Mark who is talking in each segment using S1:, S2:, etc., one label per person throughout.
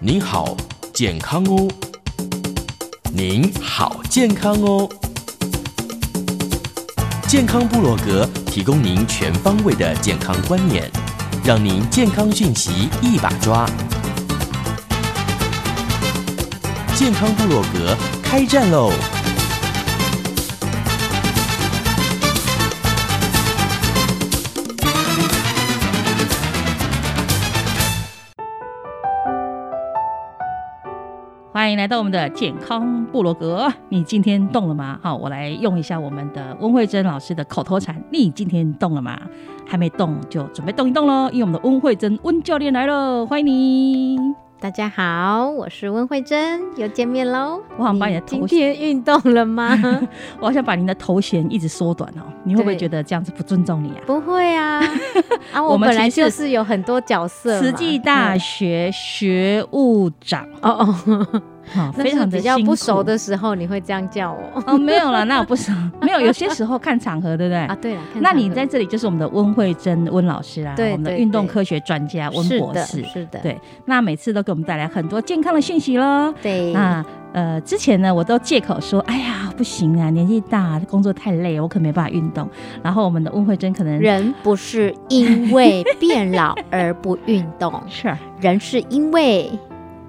S1: 您好，健康哦！您好，健康哦！健康部落格提供您全方位的健康观念，让您健康讯息一把抓。健康部落格开战喽！
S2: 欢迎来到我们的健康部落格。你今天动了吗？好，我来用一下我们的温慧珍老师的口头禅。你今天动了吗？还没动就准备动一动喽，因为我们的温慧珍温教练来了，欢迎你！
S3: 大家好，我是温慧珍，又见面喽。
S2: 我想把你的
S3: 今
S2: 头衔，
S3: 天运动 了吗？
S2: 我好想把你的头衔一直缩短哦。你会不会
S3: 对
S2: 觉得这样子不尊重你啊？
S3: 不会啊，啊，
S2: 我
S3: 我
S2: 们
S3: 本来
S2: 其实
S3: 就是是有很多角色嘛。
S2: 慈济大
S3: 嗯
S2: 学学务长，
S3: 哦哦，
S2: 好，
S3: 那
S2: 非常
S3: 是
S2: 的
S3: 比较
S2: 辛
S3: 不
S2: 苦
S3: 熟的时候，你会这样叫我
S2: 哦，没有了，那我不熟，没有，有些时候看场合，对不对？
S3: 啊？对了，看
S2: 那
S3: 场
S2: 你
S3: 合
S2: 在这里就是我们的温慧珍温老师啊，
S3: 对
S2: 我们的
S3: 对
S2: 运动
S3: 对
S2: 科学专家温
S3: 是
S2: 博
S3: 的
S2: 士。
S3: 是的，
S2: 对，那每次都给我们带来很多健康的讯息喽。
S3: 对，
S2: 那呃，之前呢，我都借口说，哎呀，不行啊，年纪大，工作太累，我可没办法运动。然后我们的温慧珍可能，
S3: 人不是因为变老而不运动
S2: 是
S3: 人是因为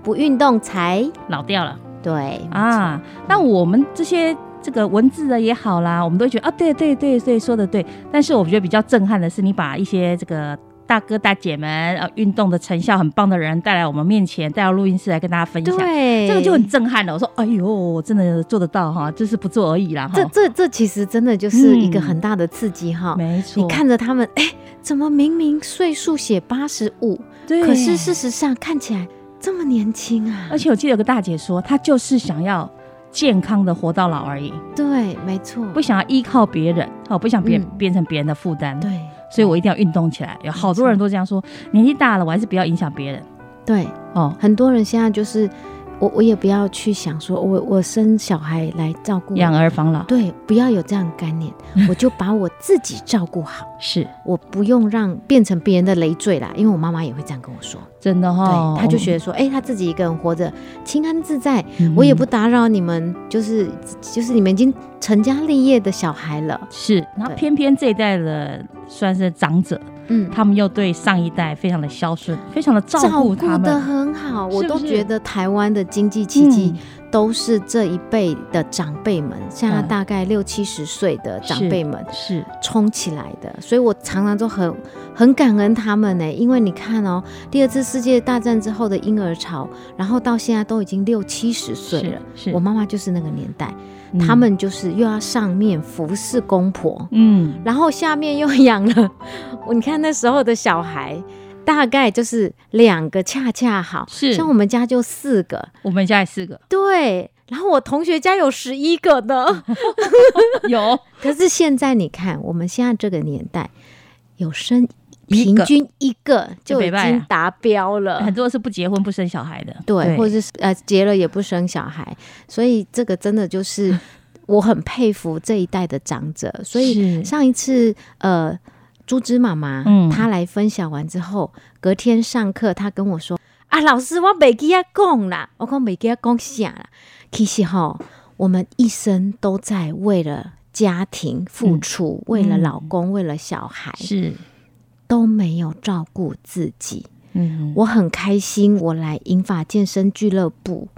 S3: 不运动才
S2: 老掉了
S3: 对。
S2: 啊。那我们这些这个文字的也好啦，我们都会觉得啊，对对对对，说的对。但是我觉得比较震撼的是，你把一些这个。大哥大姐们，呃，运动的成效很棒的人带来我们面前，带到录音室来跟大家分享。
S3: 对，
S2: 这个就很震撼了。我说，哎呦，我真的做得到哈，就是不做而已啦哈
S3: 这。这这其实真的就是一个
S2: 嗯
S3: 很大的刺激哈。
S2: 没错，
S3: 你，看着他们，哎、怎么明明岁数写八十五，
S2: 对，
S3: 可是事，实上看起来这么年轻啊？
S2: 而且我记得有个大姐说，她就是想要健康的活到老而已，
S3: 对，没错，
S2: 不想要依靠别人，哦，不想别人
S3: 嗯
S2: 变成别人的负担，
S3: 对
S2: 所以我一定要运动起来。有好多人都这样说，年纪大了，我还是不要影响别人
S3: 对，
S2: 哦。
S3: 很多人现在就是我，我也不要去想说我我生小孩来照顾
S2: 养儿防老
S3: 对，不要有这样的概念， 我就把我自己照顾好，
S2: 是
S3: 我不用让变成别人的累赘啦。因为我妈妈也会这样跟我说，
S2: 真的哈，
S3: 对，她就觉得说，哎、她自己一个人活着，清安自在，
S2: 嗯
S3: 我也不打扰你们，就是就是你们已经成家立业的小孩了，
S2: 是。然后
S3: 对
S2: 偏偏这一代的算是长者，
S3: 嗯，
S2: 他们又对上一代非常的孝顺，非常的照顾他
S3: 的
S2: 们。
S3: 很好，
S2: 是
S3: 我
S2: 不
S3: 都
S2: 是
S3: 觉得台湾的经济奇迹
S2: 嗯
S3: 都是这一辈的长辈们，像他
S2: 嗯
S3: 大概六七十岁的长
S2: 是
S3: 辈们
S2: 嗯是，
S3: 冲起来的，所以我常常都很很感恩他们呢，因为你看哦，第二次世界大战之后的婴儿潮，然后到现在都已经六七十岁了。
S2: 是，是
S3: 我妈妈就是那个年代，
S2: 嗯
S3: 他们就是又要上面服侍公婆，
S2: 嗯，
S3: 然后下面又养了， 我你看那时候的小孩，大概就是两个恰恰好，
S2: 是
S3: 像我们家就四个，
S2: 我们家也四个，
S3: 对。然后我同学家有十一 个呢，
S2: 有
S3: 可是现在你看，我们现在这个年代，有生
S2: 一
S3: 平
S2: 个
S3: 均一个
S2: 就
S3: 就已
S2: 没办
S3: 经
S2: 法
S3: 达标了，
S2: 很多是不结婚不生小孩的，
S3: 对，或者是呃结了也不生小孩，所以这个真的就是 我很佩服这一代的长者。所以
S2: 是
S3: 上一次呃朱芝妈妈，
S2: 嗯
S3: 她来分享完之后，隔天上课她跟我说啊，老师我没给他讲啦，我讲没给他讲啥啦。其实哈，我们一生都在为了。家庭付
S2: 嗯
S3: 出，为了
S2: 嗯
S3: 老公，为了小孩，
S2: 是
S3: 都没有照顾自己。嗯，我很开心，我来银发健身俱乐部，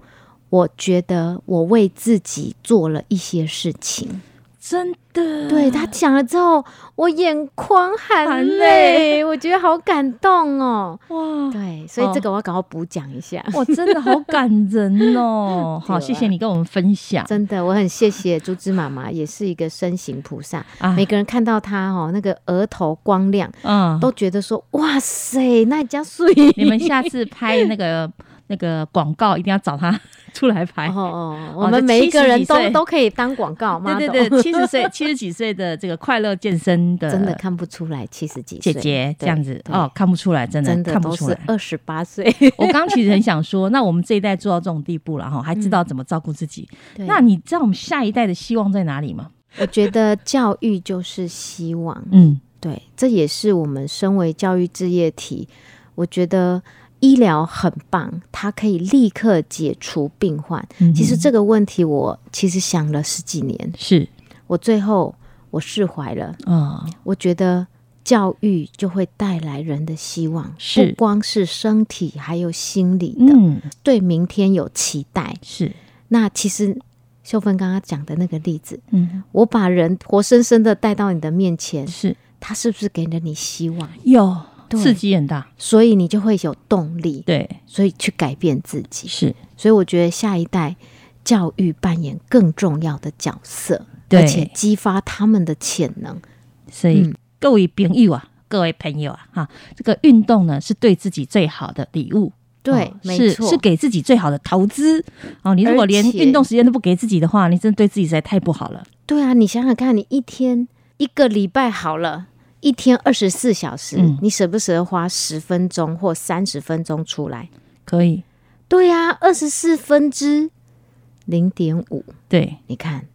S3: 我觉得我为自己做了一些事情。
S2: 真的，
S3: 对他讲了之后，我眼眶含泪，我觉得好感动哦。哇，对，所以这个我要赶快补讲一下。
S2: 哇，真的好感人哦！好，谢谢你跟我们分享。
S3: 真的，我很谢谢猪猪妈妈，也是一个身形菩萨。啊、每个人看到她哦，那个额头光亮，
S2: 啊
S3: 嗯，都觉得说哇塞，那家水。
S2: 你们下次拍那个。那个广告一定要找他 出来拍哦
S3: 哦，我们每一个人都都可以当广告吗？
S2: 对对对，七十岁七十几岁的这个快乐健身的，
S3: 真的看不出来七十几
S2: 姐姐这样子哦，看不出来，真的
S3: 真的
S2: 看不出来，
S3: 二十八岁。
S2: 我刚其实很想说，那我们这一代做到这种地步了哈，还知
S3: 嗯
S2: 道怎么照顾自己。那你知道我们下一代的希望在哪里吗？
S3: 我觉得教育就是希望，嗯，对，这也是我们身为教育置业体，我觉得。医疗很棒，它可以立刻解除病患。嗯、其实这个问题我其实想了十几年，
S2: 是
S3: 我最后我释怀了。啊、嗯，我觉得教育就会带来人的希望，不光是身体，还有心理的，嗯、对明天有期待。
S2: 是
S3: 那其实秀芬刚刚讲的那个例子，嗯，我把人活生生的带到你的面前，
S2: 是
S3: 他是不是给了你希望？
S2: 有。刺激很大，
S3: 所以你就会有动力。
S2: 对，
S3: 所以去改变自己。
S2: 是，
S3: 所以我觉得下一代教育扮演更重要的角色，
S2: 而
S3: 且激发他们的潜能。
S2: 所以、嗯、各位朋友啊，各位朋友啊，哈，这个运动呢是对自己最好的礼物。
S3: 对，哦、没
S2: 是是给自己最好的投资哦。你如果连运动时间都不给自己的话，你真的对自己实在太不好了。
S3: 对啊，你想想看，你一天一个礼拜好了。一天二十四小时，嗯、你舍不舍得花十分钟或三十分钟出来？
S2: 可以，
S3: 对呀、啊，二十四分之零点五，
S2: 对，
S3: 你看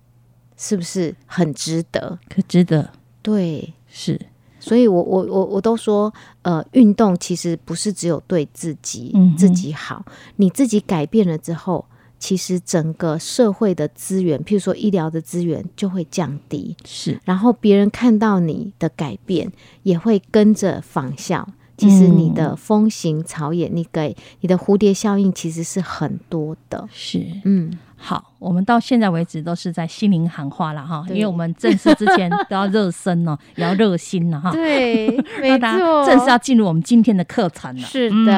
S3: 是不是很值得？
S2: 可值得，
S3: 对，
S2: 是。
S3: 所以我，我我我我都说，呃，运动其实不是只有对自己、嗯、自己好，你自己改变了之后。其实整个社会的资源，譬如说医疗的资源就会降低，
S2: 是。
S3: 然后别人看到你的改变，也会跟着仿效。其实你
S2: 嗯
S3: 的风行草野，嗯、你给你的蝴蝶效应其实是很多的。
S2: 是，嗯，好，我们到现在为止都是在心灵喊话了哈，因为我们正式之前都要热身哦，也要热心了哈。
S3: 对，没错，
S2: 正式要进入我们今天的课程了。
S3: 是的、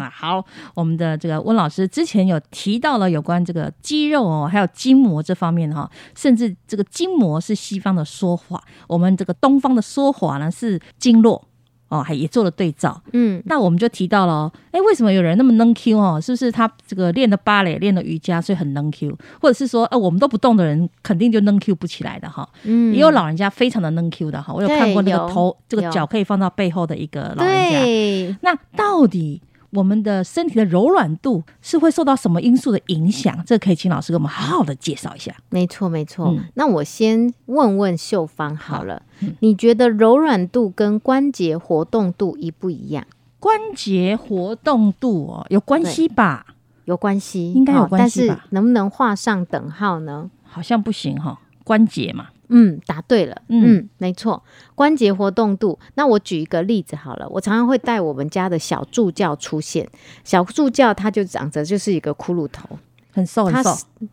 S3: 嗯，
S2: 好，我们的这个温老师之前有提到了有关这个肌肉哦，还有筋膜这方面哈、哦，甚至这个筋膜是西方的说法，我们这个东方的说法呢是经络。哦，还也做了对照，嗯，那我们就提到了、哦，哎、欸，为什么有人那么能 Q 哦？是不是他这个练了芭蕾，练了瑜伽，所以很能 Q？或者是说，呃，我们都不动的人，肯定就能 Q 不起来的哈。嗯，也有老人家非常的能 Q 的哈，我有看过那个头，这个脚可以放到背后的一个老人家。那到底我们的身体的柔软度是会受到什么因素的影响？这可以请老师给我们好好的介绍一下。
S3: 没错，没错。嗯、那我先问问秀芳好了。好
S2: 嗯
S3: 你觉得柔软度跟关节活动度一不一样？
S2: 关节活动度哦，有关系吧？
S3: 有关系，
S2: 应该有关系
S3: 吧、哦？但是能不能画上等号呢？
S2: 好像不行哈、哦，关节嘛。
S3: 嗯，答对了。嗯,嗯，没错，关节活动度。那我举一个例子好了，我常常会带我们家的小助教出现。小助教他就长着就是一个骷髅头。
S2: 很瘦，很瘦。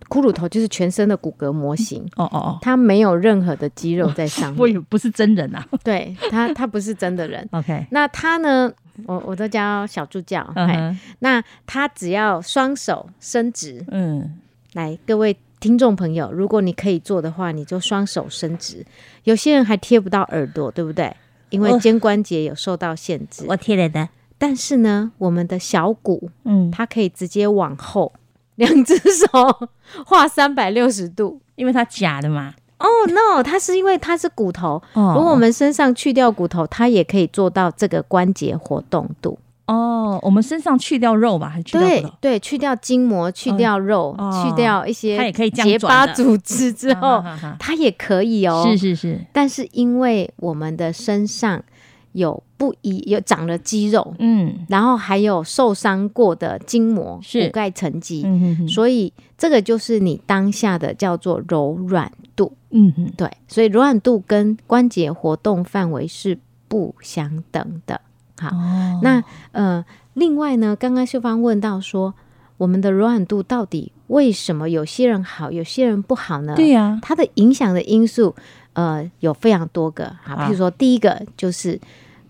S3: 骷髅头就是全身的骨骼模型。
S2: 哦哦哦，
S3: 它没有任何的肌肉在上面。
S2: 我也 不是真人啊。
S3: 对他，他不是真的人。
S2: OK，
S3: 那他呢？我我都叫小助教。
S2: 哎
S3: 嗯、那他只要双手伸直。嗯，来，各位听众朋友，如果你可以做的话，你就双手伸直。有些人还贴不到耳朵，对不对？因为肩关节有受到限制。
S2: 我贴了的。
S3: 但是呢，我们的小骨，嗯，它可以直接往后。两只手 画三百六十度，
S2: 因为它假的嘛。
S3: 哦、oh,，no，它是因为它是骨头。Oh. 如果我们身上去掉骨头，它也可以做到这个关节活动度。
S2: 哦，oh, 我们身上去掉肉吧，还去掉嗯
S3: 对对，去掉筋膜，去掉肉，去掉一些
S2: 哦它也可以
S3: 结巴组织 之后，它也可以哦。
S2: 是是是，
S3: 但是因为我们的身上。有不一有长了肌肉，嗯，然后还有受伤过的筋膜、骨钙沉积，嗯、哼哼所以这个就是你当下的叫做柔软度，
S2: 嗯，
S3: 对，所以柔软度跟关节活动范围是。不相等的。好，哦、那呃，另外呢，刚刚秀芳问到说，我们的柔软度到底为什么有些人好，有些人不好呢？
S2: 对呀、啊，
S3: 它的影响的因素呃有非常多个好，譬如说第一个就是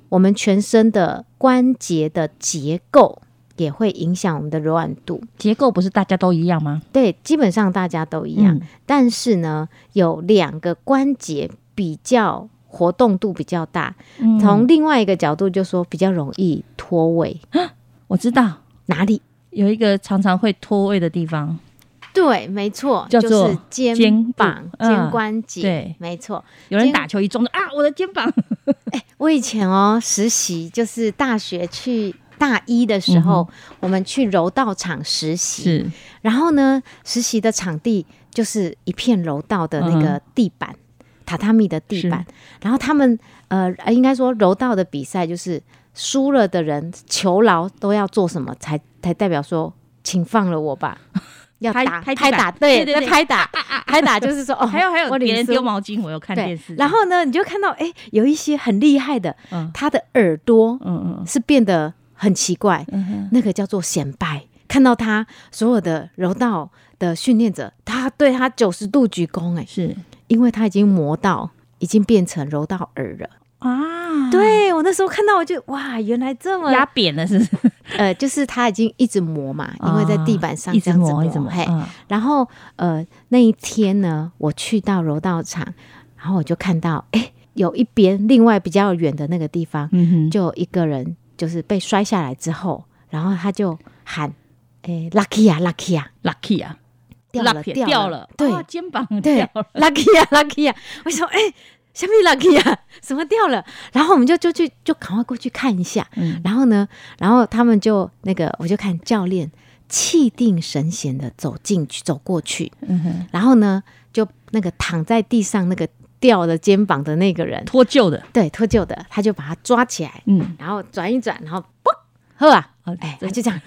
S3: 我们全身的关节的结构。也会影响我们的柔软度。
S2: 结构不是大家都一样吗？
S3: 对，基本上大家都一样。嗯、但是呢，有两个关节比较活动度比较大。嗯、从另外一个角度就说，比较容易脱位。
S2: 我知道
S3: 哪里
S2: 有一个常常会脱位的地方。
S3: 对，没错，
S2: 叫做
S3: 肩膀、肩,肩关节。嗯、对，没错。
S2: 有人打球一中啊，我的肩 膀。
S3: 哎欸，我以前哦实习就是大学去。大一的时候，嗯、我们去柔道场实习，然后呢，实习的场地就是一片柔道的那个地板，嗯、榻榻米的地板。然后他们呃，应该说柔道的比赛就是输了的人求饶都要做什么才才代表说，请放了我吧。要打拍打，对，在拍打，拍打就是说哦，
S2: 还有还有别人丢毛巾，我有看电视。
S3: 然后呢，你就看到哎，有一些很厉害的，他的耳朵嗯嗯是变得。很奇怪，嗯、那个叫做显摆。看到他所有的柔道的训练者，他对他九十度鞠躬、欸，哎，
S2: 是
S3: 因为他已经磨到，已经变成柔道耳了
S2: 啊！
S3: 对我那时候看到，我就哇，原来这么
S2: 压扁了，是不是？
S3: 呃，就是他已经一直磨嘛，因为在地板上这样子磨，啊、一直磨。嘿，啊、然后呃那一天呢，我去到柔道场，然后我就看到，哎、欸，有一边另外比较远的那个地方，嗯、就有一个人。就是被摔下来之后，然后他就喊：“诶、欸、，lucky 啊，lucky 啊
S2: ，lucky 啊，
S3: 掉了，掉了，掉
S2: 了
S3: 对、
S2: 哦，肩膀
S3: 对，lucky 啊，lucky 啊。”我说：“哎、欸，小米 lucky 啊， 什么掉了？”然后我们就就去，就赶快过去看一下。嗯、然后呢，然后他们就那个，我就看教练气定神闲的走进去，走过去。嗯、然后呢，就那个躺在地上那个。掉了肩膀的那个人，
S2: 脱臼的，
S3: 对，脱臼的，他就把他抓起来，嗯，然后转一转，然后嘣，呵啊，哎，他就这样，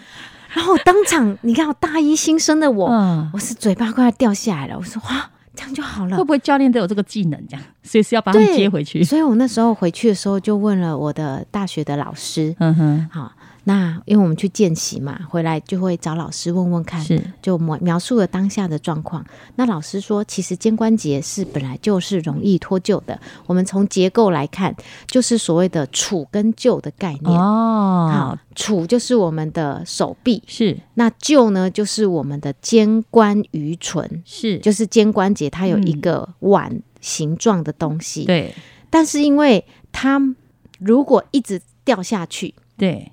S3: 然后当场，你看我大一新生的我，嗯、我是嘴巴快要掉下来了，我说哇，这样就好
S2: 嗯
S3: 了，
S2: 会不会教练都有这个技能，这样随时要把他们接回去？
S3: 所以我那时候回去的时候就问了我的大学的老师，嗯哼，好。那因为我们去见习嘛，回来就会找老师问问看，就描描述了当下的状况。那老师说，其实肩关节是本来就是容易脱臼的。我们从结构来看，就是所谓的杵跟臼的概念。哦，好，杵就是我们的手臂，
S2: 是
S3: 那臼呢，就是我们的肩关盂唇，
S2: 是
S3: 就是肩关节它有一个碗形状的东西。嗯、
S2: 对，
S3: 但是因为它如果一直掉下去，
S2: 对。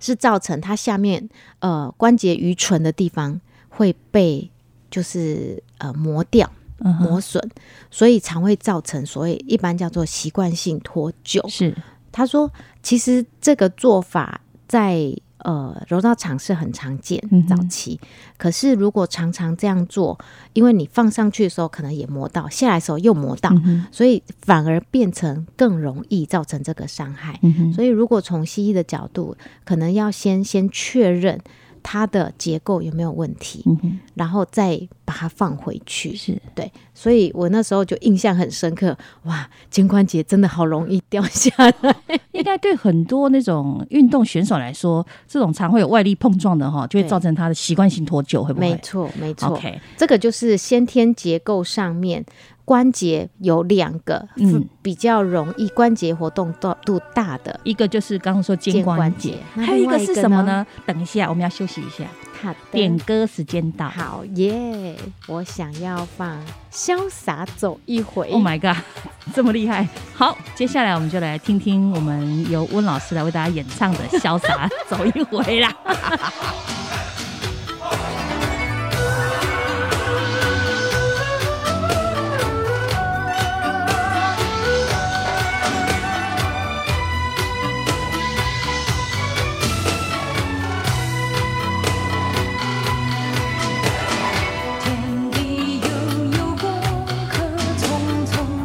S3: 是造成它下面呃关节盂唇的地方会被就是呃磨掉、
S2: 嗯
S3: 磨损，uh huh. 所以常会造成所谓一般叫做习惯性脱臼。
S2: 是，
S3: 他说其实这个做法在呃柔道场是很常见，早期。嗯、可是如果常常这样做，因为你放上去的时候可能也磨到，下来的时候又磨
S2: 啊
S3: 到，嗯、所以反而变成更容易造成这个伤害。嗯、所以如果从西医的角度，可能要先先确认它的结构有没有问题，然后再把它放回去。
S2: 是
S3: 对，所以我那时候就印象很深刻，哇，肩关节真的好容易掉下来。
S2: 应该对很多那种运动选手来说，这种常会有外力碰撞的哈，就会造成他的习惯性脱臼，会不会？
S3: 没错，没错。
S2: OK，
S3: 这个就是先天结构上面关节有两个，嗯，比较容易关节活动度大的，
S2: 一个就是刚刚说肩关节，
S3: 關
S2: 还有一个是什么呢？等一下我们要休息一下，
S3: 好的，
S2: 点歌时间到，
S3: 好耶！Yeah, 我想要放《潇洒走一回》
S2: ，Oh my god，这 么厉害！好，接下来我们就来听听我们由温老师来为大家演唱的《潇洒走一回》啦。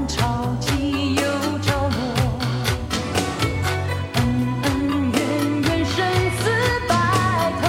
S4: 人生似白头。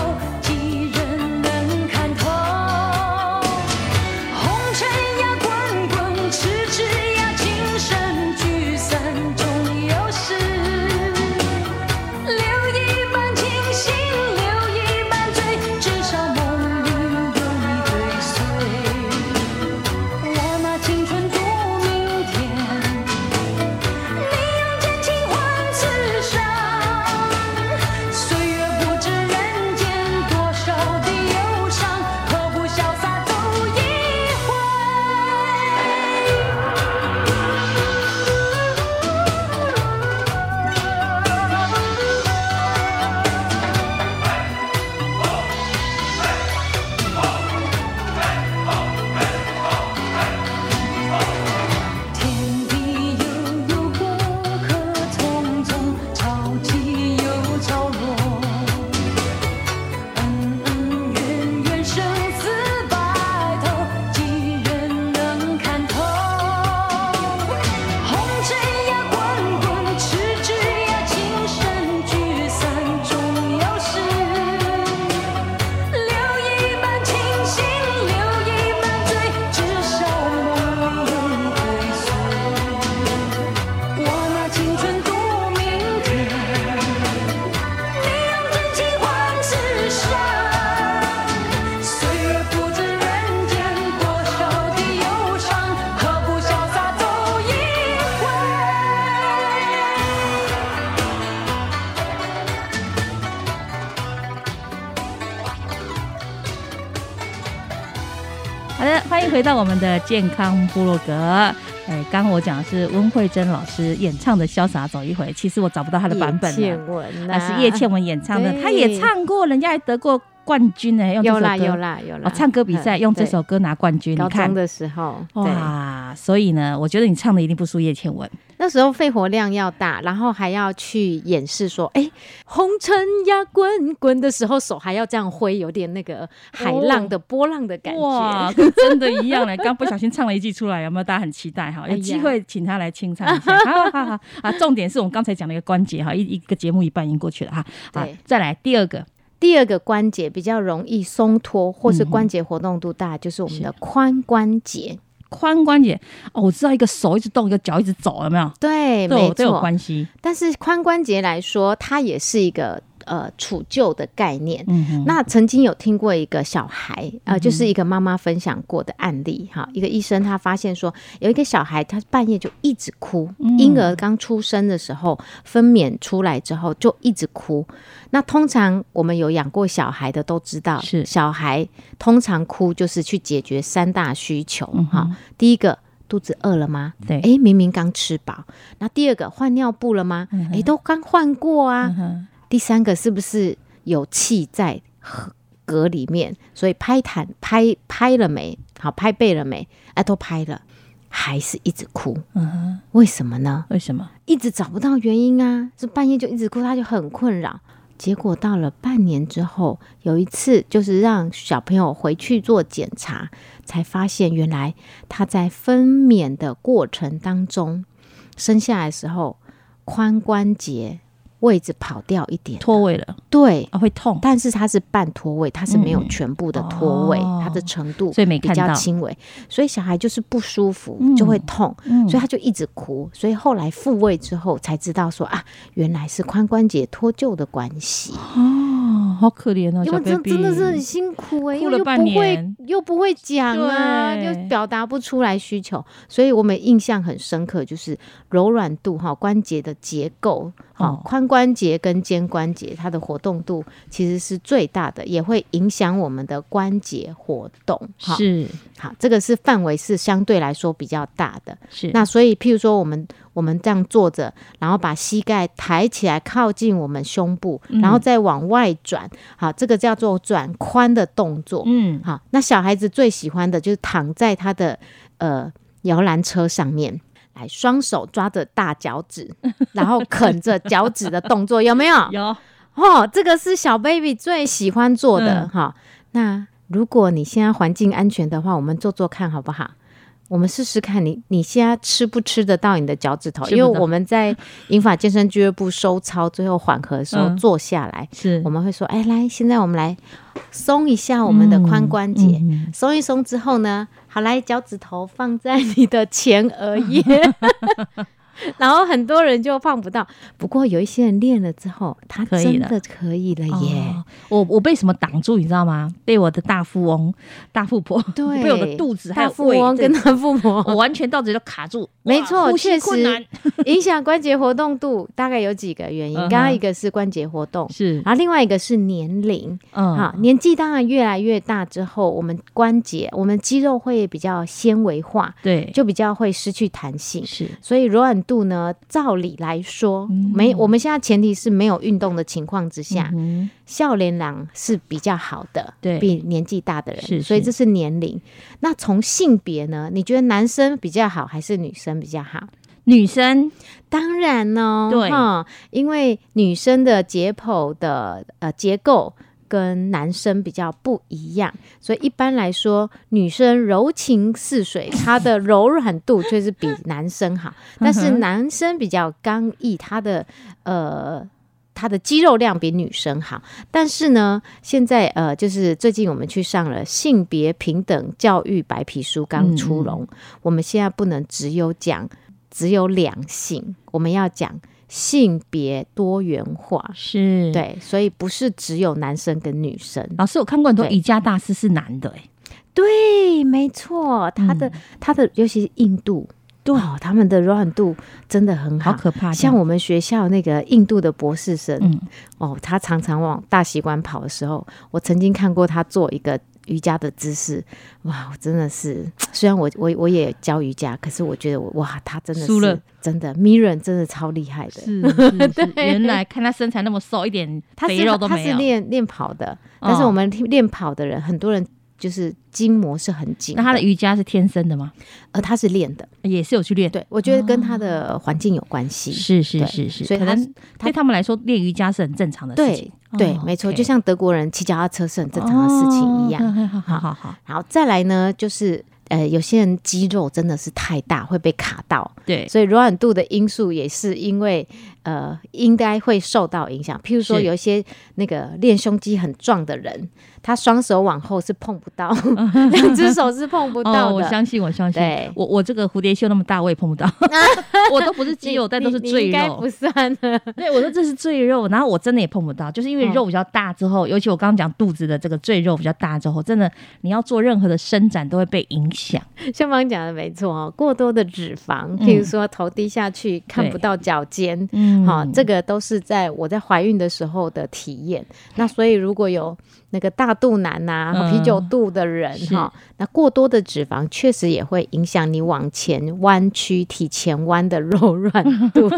S2: 欢迎回到我们的健康部落格。哎，刚刚我讲的是温慧珍老师演唱的《潇洒走一回》，其实我找不到她的版本
S3: 叶
S2: 了，
S3: 倩啊文
S2: 那是叶倩文演唱的，她也唱过，人家还得过冠军呢，用这
S3: 有
S2: 首歌。
S3: 啦有啦有啦
S2: 哦，，唱歌比赛
S3: 嗯
S2: 用这首歌拿冠军，
S3: 对
S2: 你
S3: 高
S2: 看
S3: 中的时候，对，
S2: 哇！所以呢，我觉得你唱的一定不输叶倩文。
S3: 那时候肺活量要大，然后还要去演示说，哎，红尘呀滚滚的时候，手还要这样挥，有点那个海浪的波浪的 感觉。
S2: 哇，跟真的一样嘞！刚不小心唱了一句出来，有没有？大家很期待哈，
S3: 哎呀
S2: 有机会请他来清唱一下。好好好啊，重点是我们刚才讲了一个关节哈，一一个节目一半已经过去了哈。好
S3: 对，
S2: 啊再来第二个，
S3: 第二个关节比较容易松脱，或
S2: 嗯
S3: 是关节活动度大，就是我们的髋关节。
S2: 髋关节哦，我知道一个手一直动，一个脚一直走，有没有？
S3: 对，
S2: 对
S3: 没
S2: 我都有
S3: 错。
S2: 关系。
S3: 但是髋关节来说，它也是一个呃处旧的概念。
S2: 嗯哼，嗯
S3: 那曾经有听过一个小孩，呃，就是一个妈妈分享过的案例哈。一个医生他发现说，有一个小孩他半夜就一直哭，
S2: 嗯
S3: 婴儿刚出生的时候分娩出来之后就一直哭。那通常我们有养过小孩的都知道，
S2: 是
S3: 小孩通常哭就是去解决三大需求哈。第一个。肚子饿了吗？
S2: 嗯对
S3: 诶，明明刚吃饱。那第二个换尿布了吗？诶，都刚换过啊。
S2: 嗯
S3: 第三个是不是有气在格里面？所以拍痰拍拍了没？好，拍背了没？哎、都拍了，还是一直哭，
S2: 嗯哼，
S3: 为什么呢？
S2: 为什么？
S3: 一直找不到原因啊，是半夜就一直哭，他就很困扰。结果到了半年之后，有一次就是让小朋友回去做检查，才发现原来他在分娩的过程当中，生下来的时候髋关节位置跑掉一点，
S2: 脱位了
S3: 对，
S2: 啊，会痛，
S3: 但是它是半脱位，它是没有
S2: 嗯
S3: 全部的脱位，
S2: 哦
S3: 它的程度
S2: 所以没
S3: 比
S2: 看
S3: 较
S2: 到
S3: 轻微，所以小孩就是不舒服，
S2: 嗯
S3: 就会痛，
S2: 嗯
S3: 所以他就一直哭。所以后来复位之后才知道说啊，原来是髋关节脱臼的关系。
S2: 哦，好可怜哦，
S3: 因
S2: 小
S3: 为
S2: baby，
S3: 真真的是很辛苦哎、
S2: 哭
S3: 因
S2: 了
S3: 为又
S2: 半
S3: 不会
S2: 年
S3: 又不会讲啊，
S2: 对
S3: 又表达不出来需求，所以我们印象很深刻，就是柔软度哈，关节的结构哈
S2: 哦，
S3: 髋关节跟肩关节它的活动度其实是最大的，也会影响我们的关节活动。哈
S2: 是
S3: 好，这个是范围是相对来说比较大的。
S2: 是
S3: 那所以，譬如说，我们我们这样坐着，然后把膝盖抬起来，靠近我们胸部，
S2: 嗯
S3: 然后再往外转，好，这个叫做转髋的动作。
S2: 嗯
S3: 好，那小孩子最喜欢的就是躺在他的呃摇篮车上面，来双手抓着大脚趾， 然后啃着脚趾的动作，有没有？
S2: 有
S3: 哦，这个是小 baby 最喜欢做的
S2: 嗯
S3: 哈、那如果你现在环境安全的话，我们做做看好不好？我们试试看你你现在吃不吃得到你的脚趾头？
S2: 吃不
S3: 因为
S2: 到
S3: 我们在英法健身俱乐部收操最后缓和的时候
S2: 嗯
S3: 坐下来，
S2: 是
S3: 我们会说：“哎，来，现在我们来松一下我们的髋关节。
S2: 嗯嗯嗯
S3: 松一松之后呢，好来，脚趾头放在你的前额 叶，然后很多人就放不到。不过有一些人练了之后，他
S2: 可以
S3: 真
S2: 了
S3: 的可以了耶。
S2: 哦我我被什么挡住，你知道吗？被我的大富翁、大富婆，
S3: 对，
S2: 被我的肚子还
S3: 大
S2: 有
S3: 富
S2: 胃
S3: 翁
S2: 这
S3: 跟 大富
S2: 我
S3: 婆。
S2: 完全到嘴都卡住，
S3: 没
S2: 哇
S3: 错，
S2: 呼
S3: 确
S2: 吸困难
S3: 实 影响关节活动度，大概有几个原因。
S2: 嗯哼
S3: 刚刚一个是关节活动，
S2: 是
S3: 然后另外一个是年龄，
S2: 嗯
S3: 好，年纪当然越来越大之后，我们关节、我们肌肉会比较纤维化，
S2: 对，嗯
S3: 就比较会失去弹性。
S2: 是
S3: 所以柔软度呢，照理来说，没我们现在前提是没有运动的情况之下，
S2: 嗯
S3: 笑脸郎是比较好的，
S2: 对
S3: 比年纪大的人，
S2: 是
S3: 所以
S2: 是
S3: 这是年龄。那从性别呢，你觉得男生比较好还是女生比较好？
S2: 女生
S3: 当然哦，
S2: 对
S3: 哈因为女生的解剖的呃结构跟男生比较不一样，所以一般来说，女生柔情似水，她的柔软度却是比男生好，但是男生比较刚毅，他的呃。他的肌肉量比女生好，但是呢，现在呃，就是最近我们去上了性别平等教育白皮书刚出笼，我们现在不能只有讲只有两性，我们要讲性别多元化。
S2: 是。哦
S3: 对，所以不是只有男生跟女生。
S2: 老师，我看过很多
S3: 对
S2: 瑜伽大师是男的、欸，
S3: 对，没错，他
S2: 嗯
S3: 的、他的，尤其是印度，对、他们的柔软度真的很好。
S2: 好可怕的。
S3: 像我们学校那个印度的博士生，
S2: 嗯
S3: 哦，他常常往大习馆跑的时候，我曾经看过他做一个瑜伽的姿势，哇，我真的是，虽然我我我也教瑜伽，可是我觉得我哇，他真的
S2: 输
S3: 是
S2: 了
S3: 真的 m i r a n 真的超厉害的，
S2: 是是是，原来看他身材那么瘦，一点
S3: 他
S2: 肥
S3: 是
S2: 肉都
S3: 他
S2: 没
S3: 是
S2: 有。
S3: 练练跑的，但是
S2: 哦
S3: 我们练跑的人，很多人就是筋膜是很紧，
S2: 那他的瑜伽是天生的吗？
S3: 呃他是练的，
S2: 也是有去练，
S3: 对我觉得跟他的环境有关系，
S2: 哦是是
S3: 对
S2: 是是，
S3: 所以
S2: 可
S3: 他
S2: 能对他们来说练瑜伽是很正常的事
S3: 对
S2: 情。
S3: 对
S2: 哦，
S3: 没错，
S2: ，OK
S3: 就像德国人骑脚踏车是很正常的事情一样。
S2: 哦好好好好好，
S3: 然后再来呢，就是呃，有些人肌肉真的是太大，会被卡到，
S2: 对，
S3: 所以柔软度的因素也是因为呃，应该会受到影响。譬如说，
S2: 是
S3: 有一些那个练胸肌很壮的人，他双手往后是碰不 到，两只手是碰不
S2: 哦，
S3: 到
S2: 我
S3: 的。
S2: 相信，我相信
S3: 对，
S2: 我我这个蝴蝶袖那么大，我也碰 不到，我都不是肌
S3: 你
S2: 肉，但都是
S3: 你
S2: 赘
S3: 你应该
S2: 肉
S3: 不。算啊的。
S2: 对，我说这是赘肉，然后我真的也碰不到，就是因为
S3: 嗯
S2: 肉比较大之后，尤其我刚刚讲肚子的这个赘肉比较大之后，真的你要做任何的伸展都会被影响。
S3: 像芳讲的没错哦，过多的脂肪，
S2: 嗯
S3: 譬如说头低下去看不
S2: 对
S3: 到脚尖，
S2: 嗯
S3: 好、这个都是在我在怀孕的时候的体验。那所以如果有那个大肚腩呐、
S2: 嗯
S3: 啤酒肚的人
S2: 是
S3: 哈、那过多的脂肪确实也会影响你往前弯曲、体前弯的 柔软 度。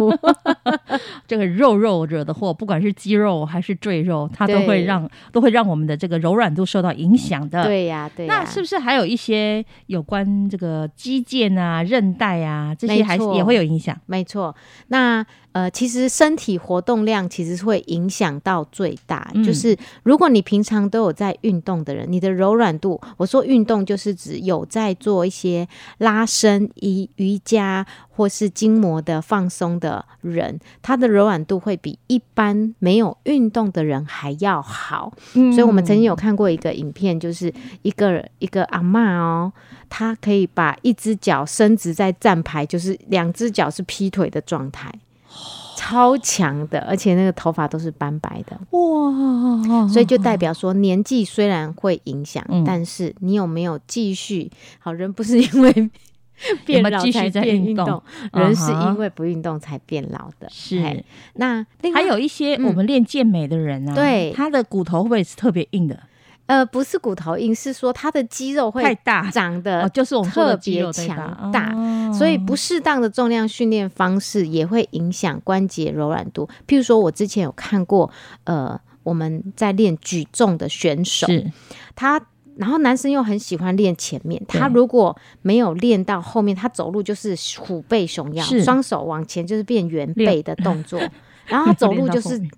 S2: 这个肉肉惹的祸，不管是肌肉还是赘肉，它都
S3: 对
S2: 会让都会让我们的这个柔软度受到影响的。。
S3: 对呀、对呀、
S2: 那是不是还有一些有关这个肌腱啊、韧带啊这些
S3: 没
S2: 还是
S3: 错
S2: 也会有影响？
S3: 没错，那呃，其实身体活动量其实是会影响到最大，
S2: 嗯
S3: 就是如果你平常都有在运动的人，你的柔软度，我说运动就是指有在做一些拉伸、瑜瑜伽或是筋膜的放松的人，他的柔软度会比一般没有运动的人还要好。
S2: 嗯
S3: 所以我们曾经有看过一个影片，就是一个一个阿嬷哦，她可以把一只脚伸直在站牌，就是两只脚是劈腿的状态，
S2: 哦
S3: 超强的，而且那个头发都是斑白的，
S2: 哇，
S3: 所以就代表说年纪虽然会影响，
S2: 哦嗯
S3: 但是你有没有继续好人不是 因为。变
S2: 有没有
S3: 老
S2: 继
S3: 才
S2: 续在
S3: 变
S2: 运
S3: 运
S2: 动
S3: 动，人是
S2: 嗯哼
S3: 因为不运动才变老的。
S2: 是
S3: 嘿，那另外
S2: 还有一些
S3: 嗯
S2: 我们练健美的人啊，
S3: 对
S2: 他的骨头会不会是特别硬的？
S3: 呃，不是骨头硬，是说他的肌肉会
S2: 太大
S3: 长得
S2: 哦，就是我们说的
S3: 特
S2: 肌肉
S3: 别
S2: 对吧
S3: 强大，
S2: 哦
S3: 所以不适当的重量训练方式也会影响关节柔软度。譬如说，我之前有看过，呃，我们在练举重的选手，
S2: 是
S3: 他。然后男生又很喜欢练前面，
S2: 对
S3: 他如果没有练到后面，他走路就是虎背熊腰
S2: 是，
S3: 双手往前就是变圆
S2: 练
S3: 背的动 作，然后他走
S2: 练
S3: 路
S2: 到
S3: 就
S2: 后
S3: 是
S2: 面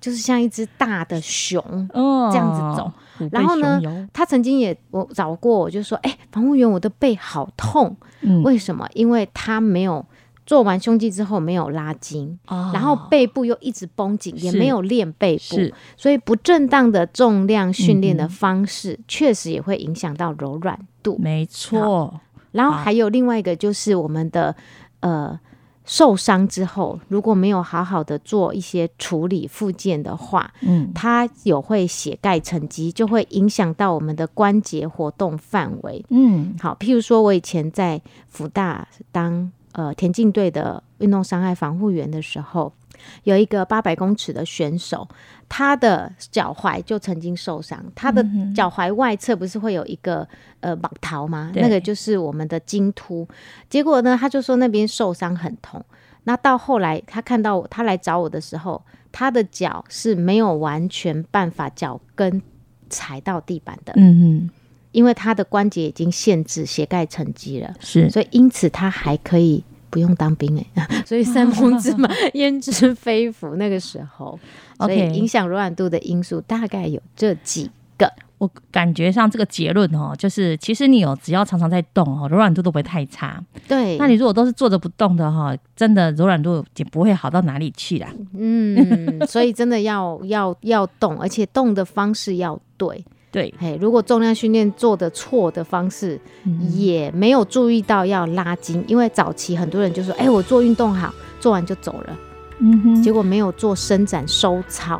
S3: 就是像一只大的熊，
S2: 哦
S3: 这样子走，
S2: 虎背
S3: 然后呢
S2: 熊腰，
S3: 他曾经也我找过，我就说，哎、防务员，我的背好痛，
S2: 嗯
S3: 为什么？因为他没有做完胸肌之后没有拉筋，
S2: 哦
S3: 然后背部又一直绷紧，也
S2: 是
S3: 没有练背部，
S2: 是
S3: 所以不正当的重量训
S2: 嗯
S3: 练
S2: 嗯
S3: 的
S2: 哼
S3: 方式，确实也会影响到柔软度。
S2: 没错，
S3: 然后
S2: 好
S3: 还有另外一个就是我们的呃。受伤之后，如果没有好好的做一些处理复健的话，
S2: 嗯，
S3: 它有会血钙沉积，就会影响到我们的关节活动范围。
S2: 嗯，
S3: 好，譬如说我以前在福大当呃田径队的运动伤害防护员的时候，有一个八百公尺的选手，他的脚踝就曾经受伤，他
S2: 嗯
S3: 的脚踝外侧不是会有一个呃绑桃吗？
S2: 对
S3: 那个就是我们的筋突。结果呢，他就说那边受伤很痛。那到后来，他看到我，他来找我的时候，他的脚是没有完全办法脚跟踩到地板的，
S2: 嗯嗯，
S3: 因为他的关节已经限制血钙沉积了，
S2: 是
S3: 所以因此他还可以不用当兵哎、 所以三峰之马焉知非福那个时候，所
S2: OK
S3: 以影响柔软度的因素大概有这几个，
S2: 我感觉上这个结论哦，就是其实你有只要常常在动哦，柔软度都不会太差。
S3: 对，
S2: 那你如果都是坐着不动的哈、真的柔软度也不会好到哪里去啦。
S3: 嗯， 所以真的要要要动，而且动的方式要对，
S2: 对，
S3: 嘿，如果重量训练做的错的方式，
S2: 嗯
S3: 也没有注意到要拉筋，因为早期很多人就说，哎、我做运动好，做完就走了，
S2: 嗯哼
S3: 结果没有做伸展收操。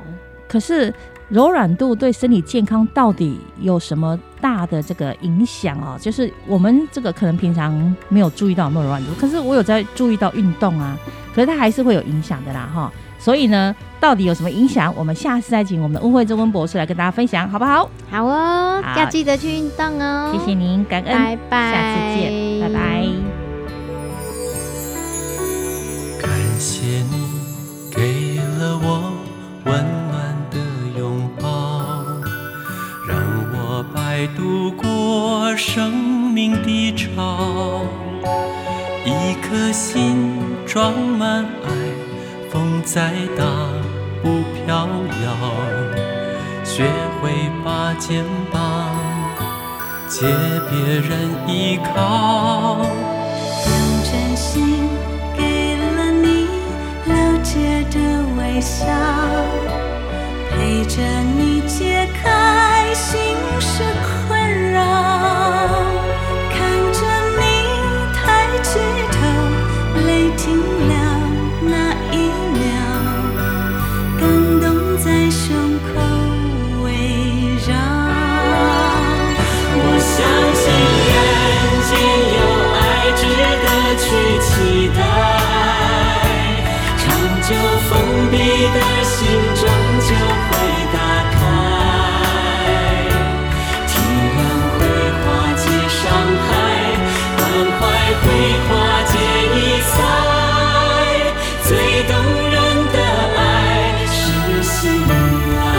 S2: 可是柔软度对身体健康到底有什么大的这个影响哦？就是我们这个可能平常没有注意到有没有柔软度，可是我有在注意到运动啊，可是它还是会有影响的啦哈。所以呢，到底有什么影响？我们下次再请我们的温慧珍温博士来跟大家分享，好不好？
S3: 好哦，
S2: 好
S3: 要记得去运动哦。
S2: 谢谢您，感恩，
S3: 拜拜，
S2: 下次见，拜拜。
S4: 感谢你给了我温暖的拥抱，让我摆渡过生命的潮。一颗心装满爱，风再大不飘摇。学会把肩膀借别人依靠。
S5: 用真心给了你了解的微笑，陪着你解开心事困扰，看着你抬起头，泪停了那一秒，感动在胸口围绕。
S6: 我相信人间有爱，值得去期待。长久封闭的心终究会打开，体谅会化解伤害，关怀会化解遗灾。最动人的爱是信赖。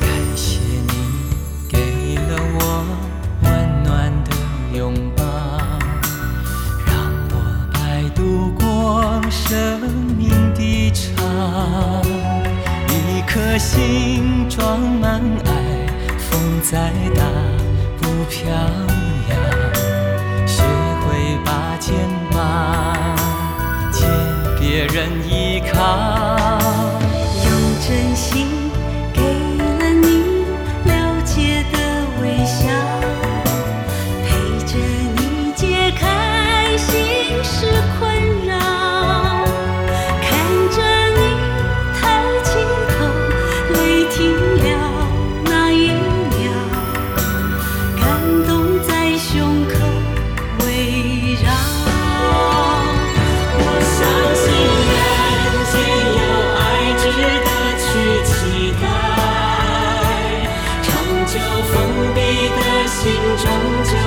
S4: 感谢你给了我温暖的拥抱，让我摆渡过生命的潮。一颗心装满爱，风再大不飘摇。学会把肩膀借别人依靠。
S5: 用真心给了你了解的微笑，陪着你解开心事困扰，看着你抬起头，泪停了那一秒，感动在胸口围绕。
S6: 我相信人间有爱，值得去期待。长久封闭的心，终究